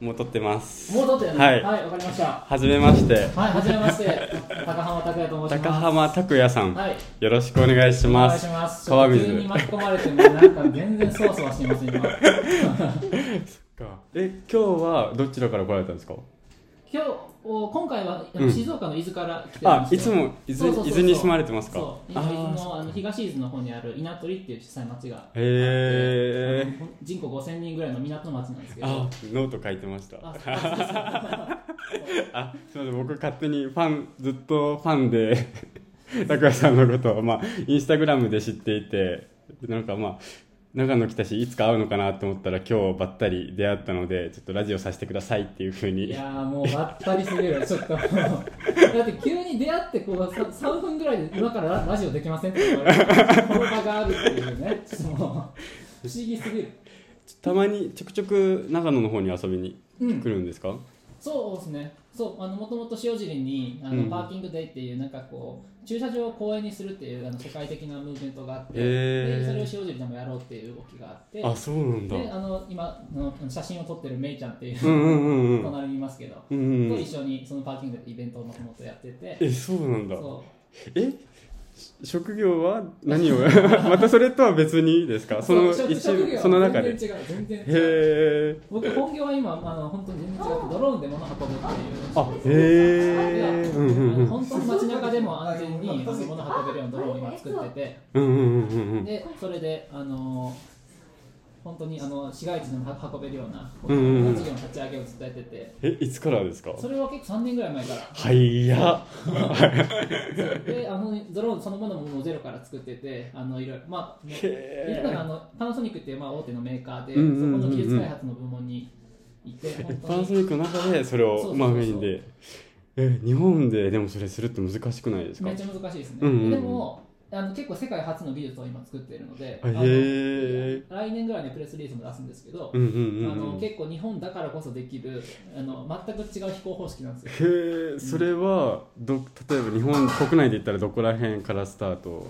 もう撮ってますもう撮ってるねはいはい、わかりましたははじめましてい、はじめまして高浜拓也と申します高浜拓也さん、はいよろしくお願いしお願まいしすます川ちょっと急に水巻き込まれてねなんか全然そわそわしてます今え今日はどちらから来られたんですか今日お今回はあうのん静岡の伊豆から来てまあし、ていつも伊豆伊そうそうそうそう豆に住まれてますかそう伊あ豆ーのあの東伊豆の方にある稲取っていう小さい町があってへーあの人口5000人ぐらいの港町なんですけどあノート書いてました あそうそうそうあすみません僕勝手にファンずっとファンで 拓哉さんのことを、まあ、インスタグラムで知っていてなんかまあ長野来たしいつか会うのかなと思ったら今日ばったり出会ったのでちょっとラジオさせてくださいっていうふういにやーもうばったりすぎ る、ちょっともう、だって急に出会ってこうさ3分ぐらいで今からララジオできませんって言われて、この場があるっていうね、ちょっともう、不思議すぎる。たまにちょくちょく長野の方に遊びにうん来るんですか、そうですね、そうあのもともと塩尻にあの、うんパーキングデイっていう、なんかこう、駐車場を公園にするっていうあの世界的なムーブメントがあって、へーでそれを塩尻でもやろうっていう動きがあって、あそうなんだであの今あの、写真を撮ってるめいちゃんっていう、うんうんうんうん隣にいますけど、うんうとん一緒にそのパーキングでイベントをもともとやってて。えそうなんだそうえし職業は何 をまたそれとは別にですかそのう職一職業はその中でへ全然違う全然違うえ僕本業は今あの本当に全然違ってドローンで物運ぶっていうあへえでうんうんうん本当に街中でも安全にあの物運べるようなドローンを今作っててうんうんうんうんでそれであの本当にあの市街地でも運べるようなうんうんうん事業の立ち上げを伝えててえいつからですかそれは結構3年ぐらい前からはいやであのドローンそのものももうゼロから作っててあのいろいろまあいるのがあへのパナソニックっていうまあ大手のメーカーで、うんうんうんうんそこの技術開発の部門にいて、え本パ当ナにソニックの中でそれそうそうそうそをうまあメインでえ日本ででもそれするって難しくないですかめへっちゃ難しいですね。うんうんうんでもあの結構世界初の技術を今作っているので、あのえ来年ぐらいにプレスリリースも出すんですけど、うんうんあうんうのん結構日本だからこそできるあの全く違う飛行方式なんですよ。へえそれはど例えば日本国内で言ったらどこら辺からスタート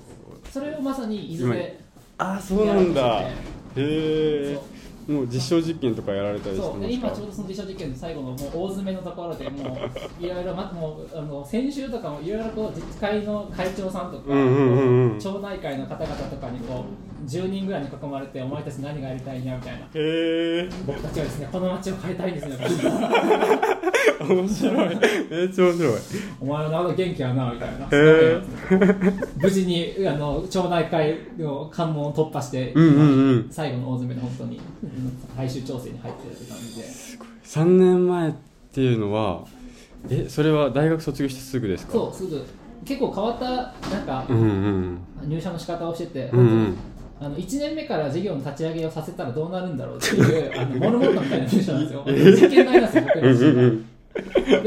それをまさに伊豆であそうなんだやへろえもう実証実験とかやられたりしてそうまで今ちょしうどその実証実験の最後のもう大詰めのところでもういろいろ、ま、もうあの先週とかもいろいろこう自治会の会長さんとか、うんうんうんうん町内会の方々とかにこう10人ぐらいに囲まれてお前たち何がやりたいんやみたいなたへえ僕たちはですねこの町を変えたいんですよ 面白いめっちゃ面白いお前はなか元気やなみたいな、へ無事にあの町内会の関門を突破して、うんうんうん最後の大詰めで本当に最終調整に入ってるって感じで。 3年前っていうのはえそれは大学卒業してすぐですかそうすぐ結構変わったなんかうんうん入社の仕方をしてて、うんうんあの1年目から事業の立ち上げをさせたらどうなるんだろうっていうあのモルモットみたいな入社なんですよ実験台なんですよ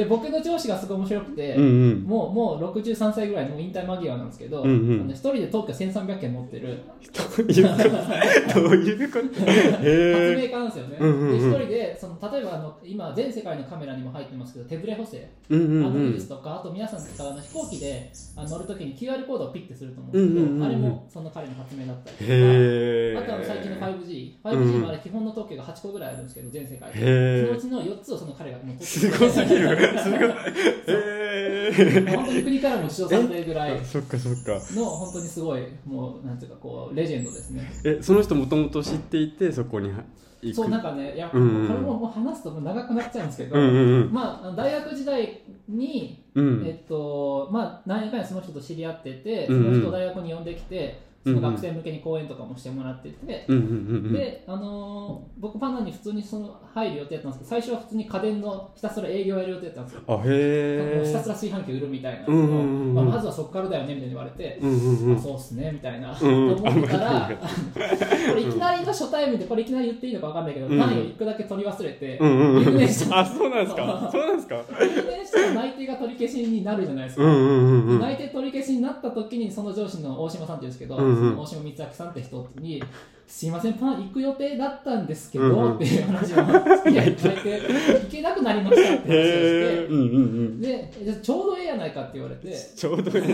僕うんのうんうん上司が で僕の上司がすごい面白くて、うんうんもうもう63歳ぐらいの引退間際なんですけど、うんうんあの一人で特許1300件持ってるどういうことどういうこと発へえ明家なんですよね、うんうんうんで一人でその例えばあの今全世界のカメラにも入ってますけど手ぶれ補正、うんうあんうのウイルんスとかあと皆さん使うあの飛行機であの乗るときに QR コードをピッてすると思うんうですんけど、うんうんうんあれもその彼の発明だったりとかへえあとは最近の 5G、う 5G んまで基本の特許が8個ぐらいあるんですけど、全世界で、へーそのうちの4つをその彼がもうす取ってごすぎる。すごい。もうえ 本当に国からも主張されてるぐらいー、 そっかそっか。の本当にすごい、もうなんていうか、こうレジェンドですね。え、その人もともと知っていて、そこに行く。そうなんかね、やっぱうこれんうんももう話すともう長くなっちゃうんですけど、うんうんまあ、大学時代に、うん。うえん。っとまあ、何回かにその人と知り合ってて、そうんうんの人を大学に呼んできて、その学生向けに講演とかもしてもらってて。うんうんうんで、あのー僕パナに普通にその入る予定だったんですけど最初は普通に家電のひたすら営業やる予定だったんですよ、うん。あ、へもうひたえす。ら炊飯器売るみたいな、うんうんうんまあ、まずはそこからだよねみたいに言われて、うんうんうあん。そうっすねみたいな、うんうんと思ったあんまらりこれいきなりの初対面でこれいきなり言っていいのかわかんないけど、うんパナを1個だけ取り忘れて、うんうん留うん。年した あ、そうなんです か。そうなんですか。留年したら内定が取り消しになるじゃないですか、うんうんうんうん。内定取り消しになった時にその上司の大島さんっていうんですけど、うんうんその大島光明さんって人に「すいませんパン行く予定だったんですけど」うんうんっていう話をいやいただいて行けなくなりましたってへ話をえ。うんうんうん。してでちょうどええやないかって言われてちょうどいい。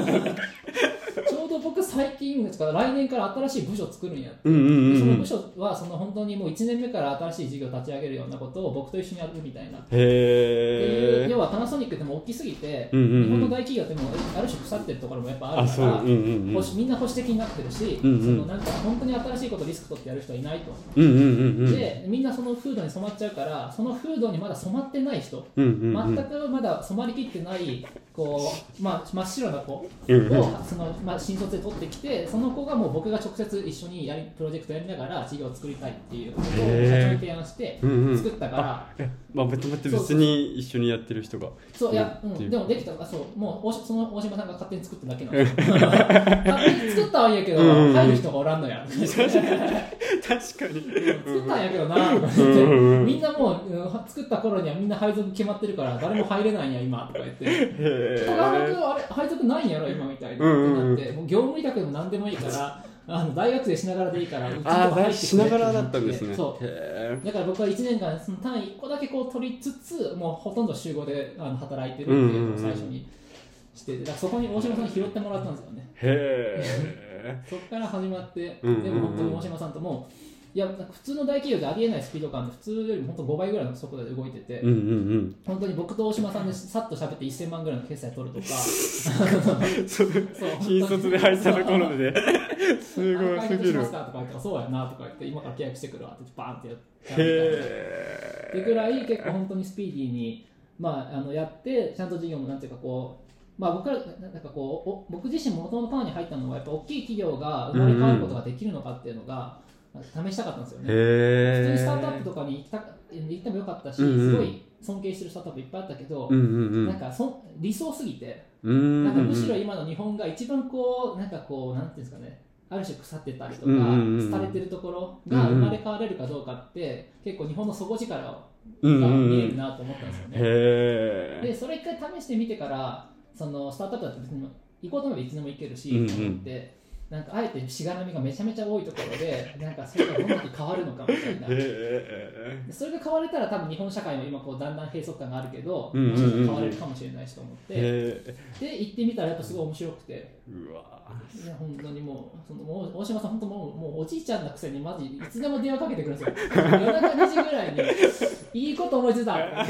ちょうど僕3最近ですから来年から新しい部署作るんやって、うんうんうんうんでその部署はその本当にもう1年目から新しい事業を立ち上げるようなことを僕と一緒にやるみたいな、へでえ要はパナソニックってもう大きすぎて、うんうんうん日本の大企業ってもうある種腐ってるところもやっぱああるかそうらうんうんうん保守みんな保守的になってるし、うんうんそのなんか本当に新しいことリスク取ってやる人はいないと、うんうんうんうんでみんなその風土に染まっちゃうからその風土にまだ染まってない人、うんうんうん全くまだ染まりきってないこう、まあ、真っ白な子を、うんうんそのまあ、新卒で取ってきてその子がもう僕が直接一緒にやりプロジェクトやりながら事業を作りたいっていうことを社へー長に提案してうんうん作ったから、えまあ待って待って別に一緒にやってる人がそういや、う、うんっていうんでもできたあそうもう大島その大島さんが勝手に作っただけなんです よ 勝手に作ったはいいやけど、うんうんうん入る人がおらんのや 確かに作ったんやけどなとか言って、みんなもう、うん作った頃にはみんな配属決まってるから誰も入れないんや今とか言ってへえ人がなんかあれ配属ないんやろ今みたいなうんうんうんってなってもう業務委託でも何でもいいからあの大学生しながらでいいからうちにああ入ってくれだしながらだったんですねそうへだから僕は1年間その単位1個だけこう取りつつもうほとんど週5であの働いてるっていうのを最初にしてだからそこに大島さんに拾ってもらったんですよねえへそこから始まって、うんうんうんでも本当に大島さんとも、いや、なんか普通の大企業でありえないスピード感で、普通よりも本当5倍ぐらいの速度で動いてて、えうんうん本当に僕と大島さんでさっと喋って1000万ぐらいの決済取るとか、うんそうそう新卒で入ったところですごいあす解ぎ決しるますかとか言ったら、そうやなとか言って、今から契約してくるわって、バーンってやったみたいな。へってぐらい結構本当にスピーディーに、まあ、あのやってちゃんと事業もなんていうかこう、まあ、僕らなんかこうお僕自身もともとパーに入ったのはやっぱ大きい企業が生まれ変わることができるのかっていうのが試したかったんですよえね。普通へにえスタートアップとかに行った行ってもよかったし、うんうんすごい尊敬してるスタートアップいっぱいあったけど、うんうんうんなんかそ理想すぎて、うんうんなんかむしろ今の日本が一番こう、なんかこう、なんていうんですかね、ある種腐ってたりとか、うんうんうん廃れてるところが生まれ変われるかどうかって、結構日本の底力が見えるなと思ったんですよね。へえで、それ一回試してみてから、そのスタートアップだと別に行こうと思えばいつでも行けるし、うんうんと思ってなんかあえてしがらみがめちゃめちゃ多いところで、なんかそれがどんなに変わるのかみたいな。へでそれが変われたら多分日本社会も今こうだんだん閉塞感があるけど、うんうんうもんしうんかしたら変われるかもしれないしと思っえて、へで行ってみたらやっぱすごい面白くてえうわいや本当にもうそのもう大島さん本当もうもうおじいちゃんなくせにマジいつでも電話かけてくるんですよ夜中2時ぐらいに「いいこと思いついた」や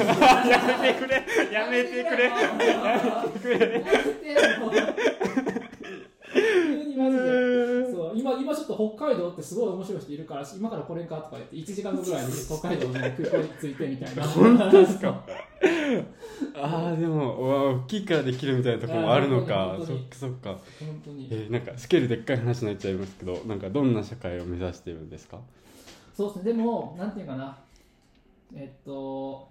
めてくれやめてくれ やめてくれやめてよ 急にマジでそう今今ちょっと北海道ってすごい面白い人いるから今からこれかとか言って1時間後ぐらいに北海道の空港に着いてみたい な本当ですかああでもうわ大きいからできるみたいなところもあるのあーか本当そっにかそっか本当にえーなんかスケールでっかい話になっちゃいますけどなんかどんな社会を目指してるんですかそうですね、でも、なんていうかな、えっと、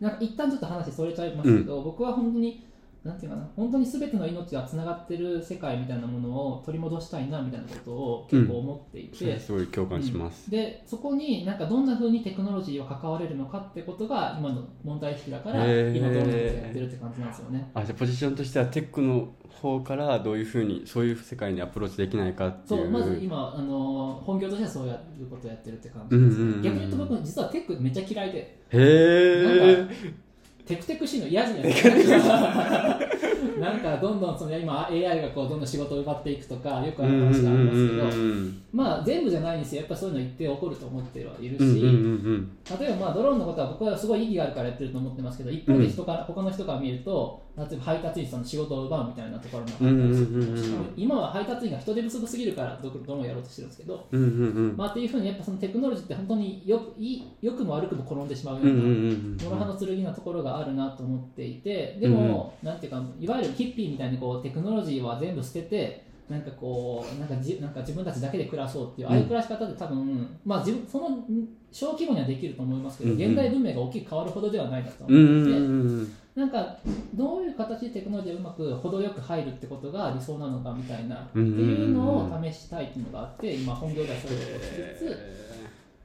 なんか一旦ちょっと話それちゃいますけど、僕は本当に、なんていうかな、本当にすべての命がつながってる世界みたいなものを取り戻したいなみたいなことを結構思っていて、それすごい共感します、うんでそこになんかどんなふうにテクノロジーを関われるのかってことが今の問題意識だから、へー今どんなことやってるって感じなんですよね。あじゃあポジションとしてはテックの方からどういうふうにそういう世界にアプローチできないかってそいううまず今、あの本業としてはそうやることをやってるって感じうんうでんす、うん逆に言うと僕実はテックめっちゃ嫌いで、へえテ クテクしいの嫌じゃないですか。なんかどんどんその今 AI がこうどんどん仕事を奪っていくとかよくある話がありますけど、まあ全部じゃないにせよやっぱそういうの一定起こると思ってはいるし、例えばまあドローンのことは僕はすごい意義があるからやってると思ってますけど一方で人から、他の人から見ると例えば配達員さんの仕事を奪うみたいなところもあったりする、うんうんうんうんしかも今は配達員が人手不足すぎるからどんどんやろうとしてるんですけど、まあ、っていうふうにやっぱそのテクノロジーって本当によくいい良くも悪くも転んでしまうような。モロハの剣なところがあるなと思っていてでも、なんていうかいわゆるヒッピーみたいにこうテクノロジーは全部捨ててなんかこうなんかじなんか自分たちだけで暮らそうっていう、ああいう暮らし方で多分、まあ、自分そのん小規模にはできると思いますけど、うんうん現代文明が大きく変わるほどではないなとうんうん思っていて、うんなんかどういう形でテクノロジーがうまく程よく入るってことが理想なのかみたいな、うんうんうんっていうのを試したいっていうのがあって今本業ではそういうことをしつつ。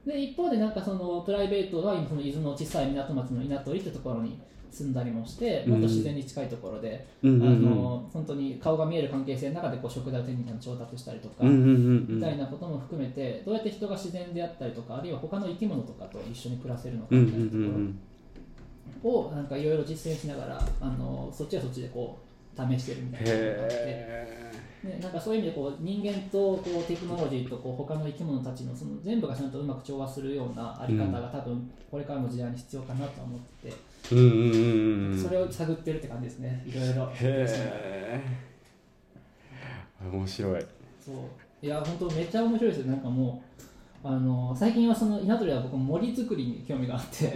で一方でなんかそのプライベートは今その伊豆の小さい港町の稲取ってところに住んだりもしてうんもっと自然に近いところで、うんうんうんあの本当に顔が見える関係性の中でこう食材を手に入れたの調達したりとか、うんうんうんうんみたいなことも含めてどうやって人が自然であったりとかあるいは他の生き物とかと一緒に暮らせるのかうんうんみたいなとうんころをなんかいろいろ実践しながらあのそっちはそっちでこう試してるみたいなのがあって。へね、なんかそういう意味でこう人間とこうテクノロジーとこう他の生き物たちのその全部がちゃんとうまく調和するようなあり方が多分これからの時代に必要かなとは思ってて、えうんうんうんうんそれを探ってるって感じですねいろいろへえ面白いそういや本当めっちゃ面白いですよなんかもうあの最近はその稲取は僕森作りに興味があって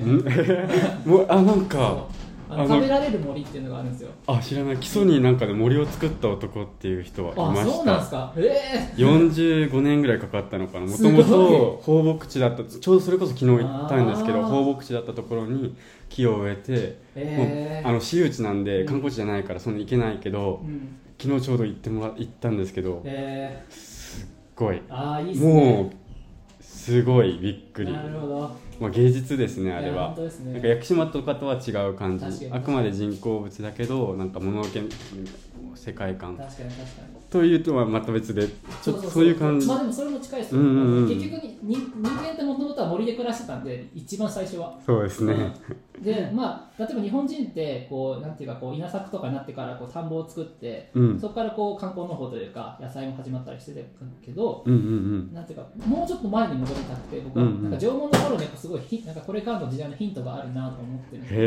もうあなんそうかああのの食べられる森っていうのがあるんですよあ知らない基礎になんかで森を作った男っていう人はいあまそうしなんですたかえ45年ぐらいかかったのかなもすとごもいと放牧地だったちょうどそれこそ昨日行ったんですけどあー放牧地だったところに木を植えて、えもうえあの私有地なんでうん観光地じゃないからそんな行けないけど、うん昨日ちょうど行ってもら行ったんですけどすっえごいー、ああいいっすねもうすごいびっくりなるほどまあ、芸術ですねあいれやは本、当ですねなんか屋久島とかとは違う感確かじにあくまで人工物だけどなんか物のけ世界観確かに確かにというとはまた別でちょっとそういう感じまあでもそれも近いですよ、うんうんうん結局に人人間ってもともとは森で暮らしてたんで一番最初はそうですねでまあ例えば日本人ってこうなんていうかこう稲作とかになってからこう田んぼを作って、うんそこからこう観光農法というか野菜も始まったりしてたけど、うんうんなんていうかもうちょっと前に戻りたくて僕は、うんうんなんか縄文の頃ねすごいひなんかこれからの時代のヒントがあるなと思ってうんるんですよへ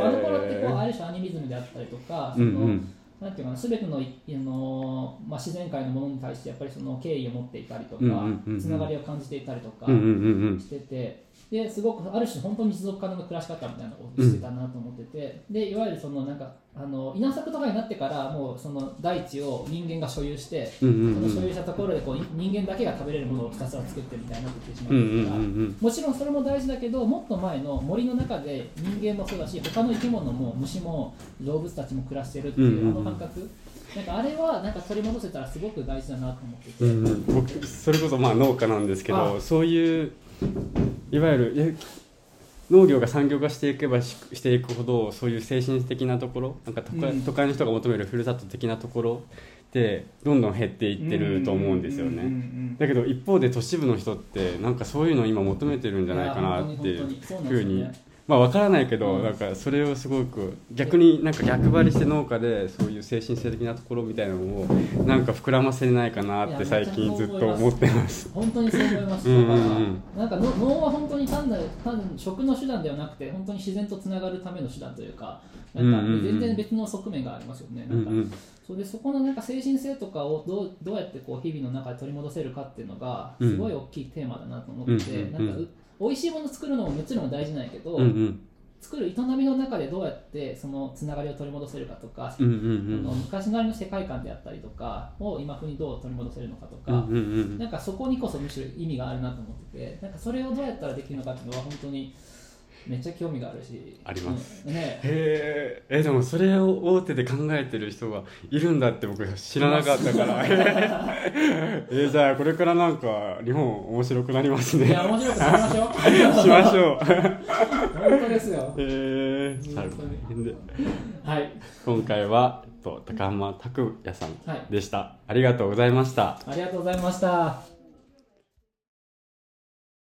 えあの頃ってこうある種アニミズムであったりとか、うんうそのんなんていうかな全てのいあの、まあ、自然界のものに対してやっぱりその敬意を持っていたりとか、うんうんうんうんつながりを感じていたりとかうんうんうんしてて、ですごくある種本当に持続可能な暮らし方みたいなのをしてたなと思ってて、でいわゆるそのなんかあの稲作とかになってからもうその大地を人間が所有して、うんうんうんその所有したところでこうい人間だけが食べれるものをひたすら作ってみたいになってきてしまうんうんうんううから。んもちろんそれも大事だけどもっと前の森の中で人間もそうだし他の生き物も虫も動物たちも暮らしてるっていううんあうんうのん感覚なんかあれはなんか取り戻せたらすごく大事だなと思ってて、うんうん僕それこそまあ農家なんですけどあそういういわゆるえ農業が産業化していけばししていくほどそういう精神的なところなんか都会,、うん都会の人が求めるふるさと的なところってどんどん減っていってると思うんですようんうんね。うんだけど一方で都市部の人ってなんかそういうのを今求めてるんじゃないかなっていういや本当に本当にそうなんふでうすよにねまあ分からないけど、うんなんかそれをすごく逆になんか逆張りして農家でそういう精神性的なところみたいなのをなんか膨らませないかなって最近ずっと思ってます。本当にそう思いますうんだうからんうんなんかの農は本当に単なる単なる食の手段ではなくて本当に自然とつながるための手段というかなんかうんうんうん全然別の側面がありますよね、うなんんかそれでそこのなんか精神性とかをどうどうやってこう日々の中で取り戻せるかっていうのがうんすごい大きいテーマだなと思ってて、うんなうんうんんかう美味しいもの作るのももちろん大事なんやけど、うんうんうん作る営みの中でどうやってそのつながりを取り戻せるかとか、うんうんあの昔なりの世界観であったりとかを今風にどう取り戻せるのかとうんうんうか、んうんなんかそこにこそむしろ意味があるなと思っててなんかそれをどうやったらできるのかっていうのは本当にめっちゃ興味があるしあります、うんねへーえでもそれを大手で考えてる人がいるんだって僕知らなかったからえーじゃあこれからなんか日本面白くなりますねいや面白くなりましょうしましょう 本当ですよ えー、本当にではい今回は、えっと、高浜拓也さんはいでした、ありがとうございましたありがとうございました。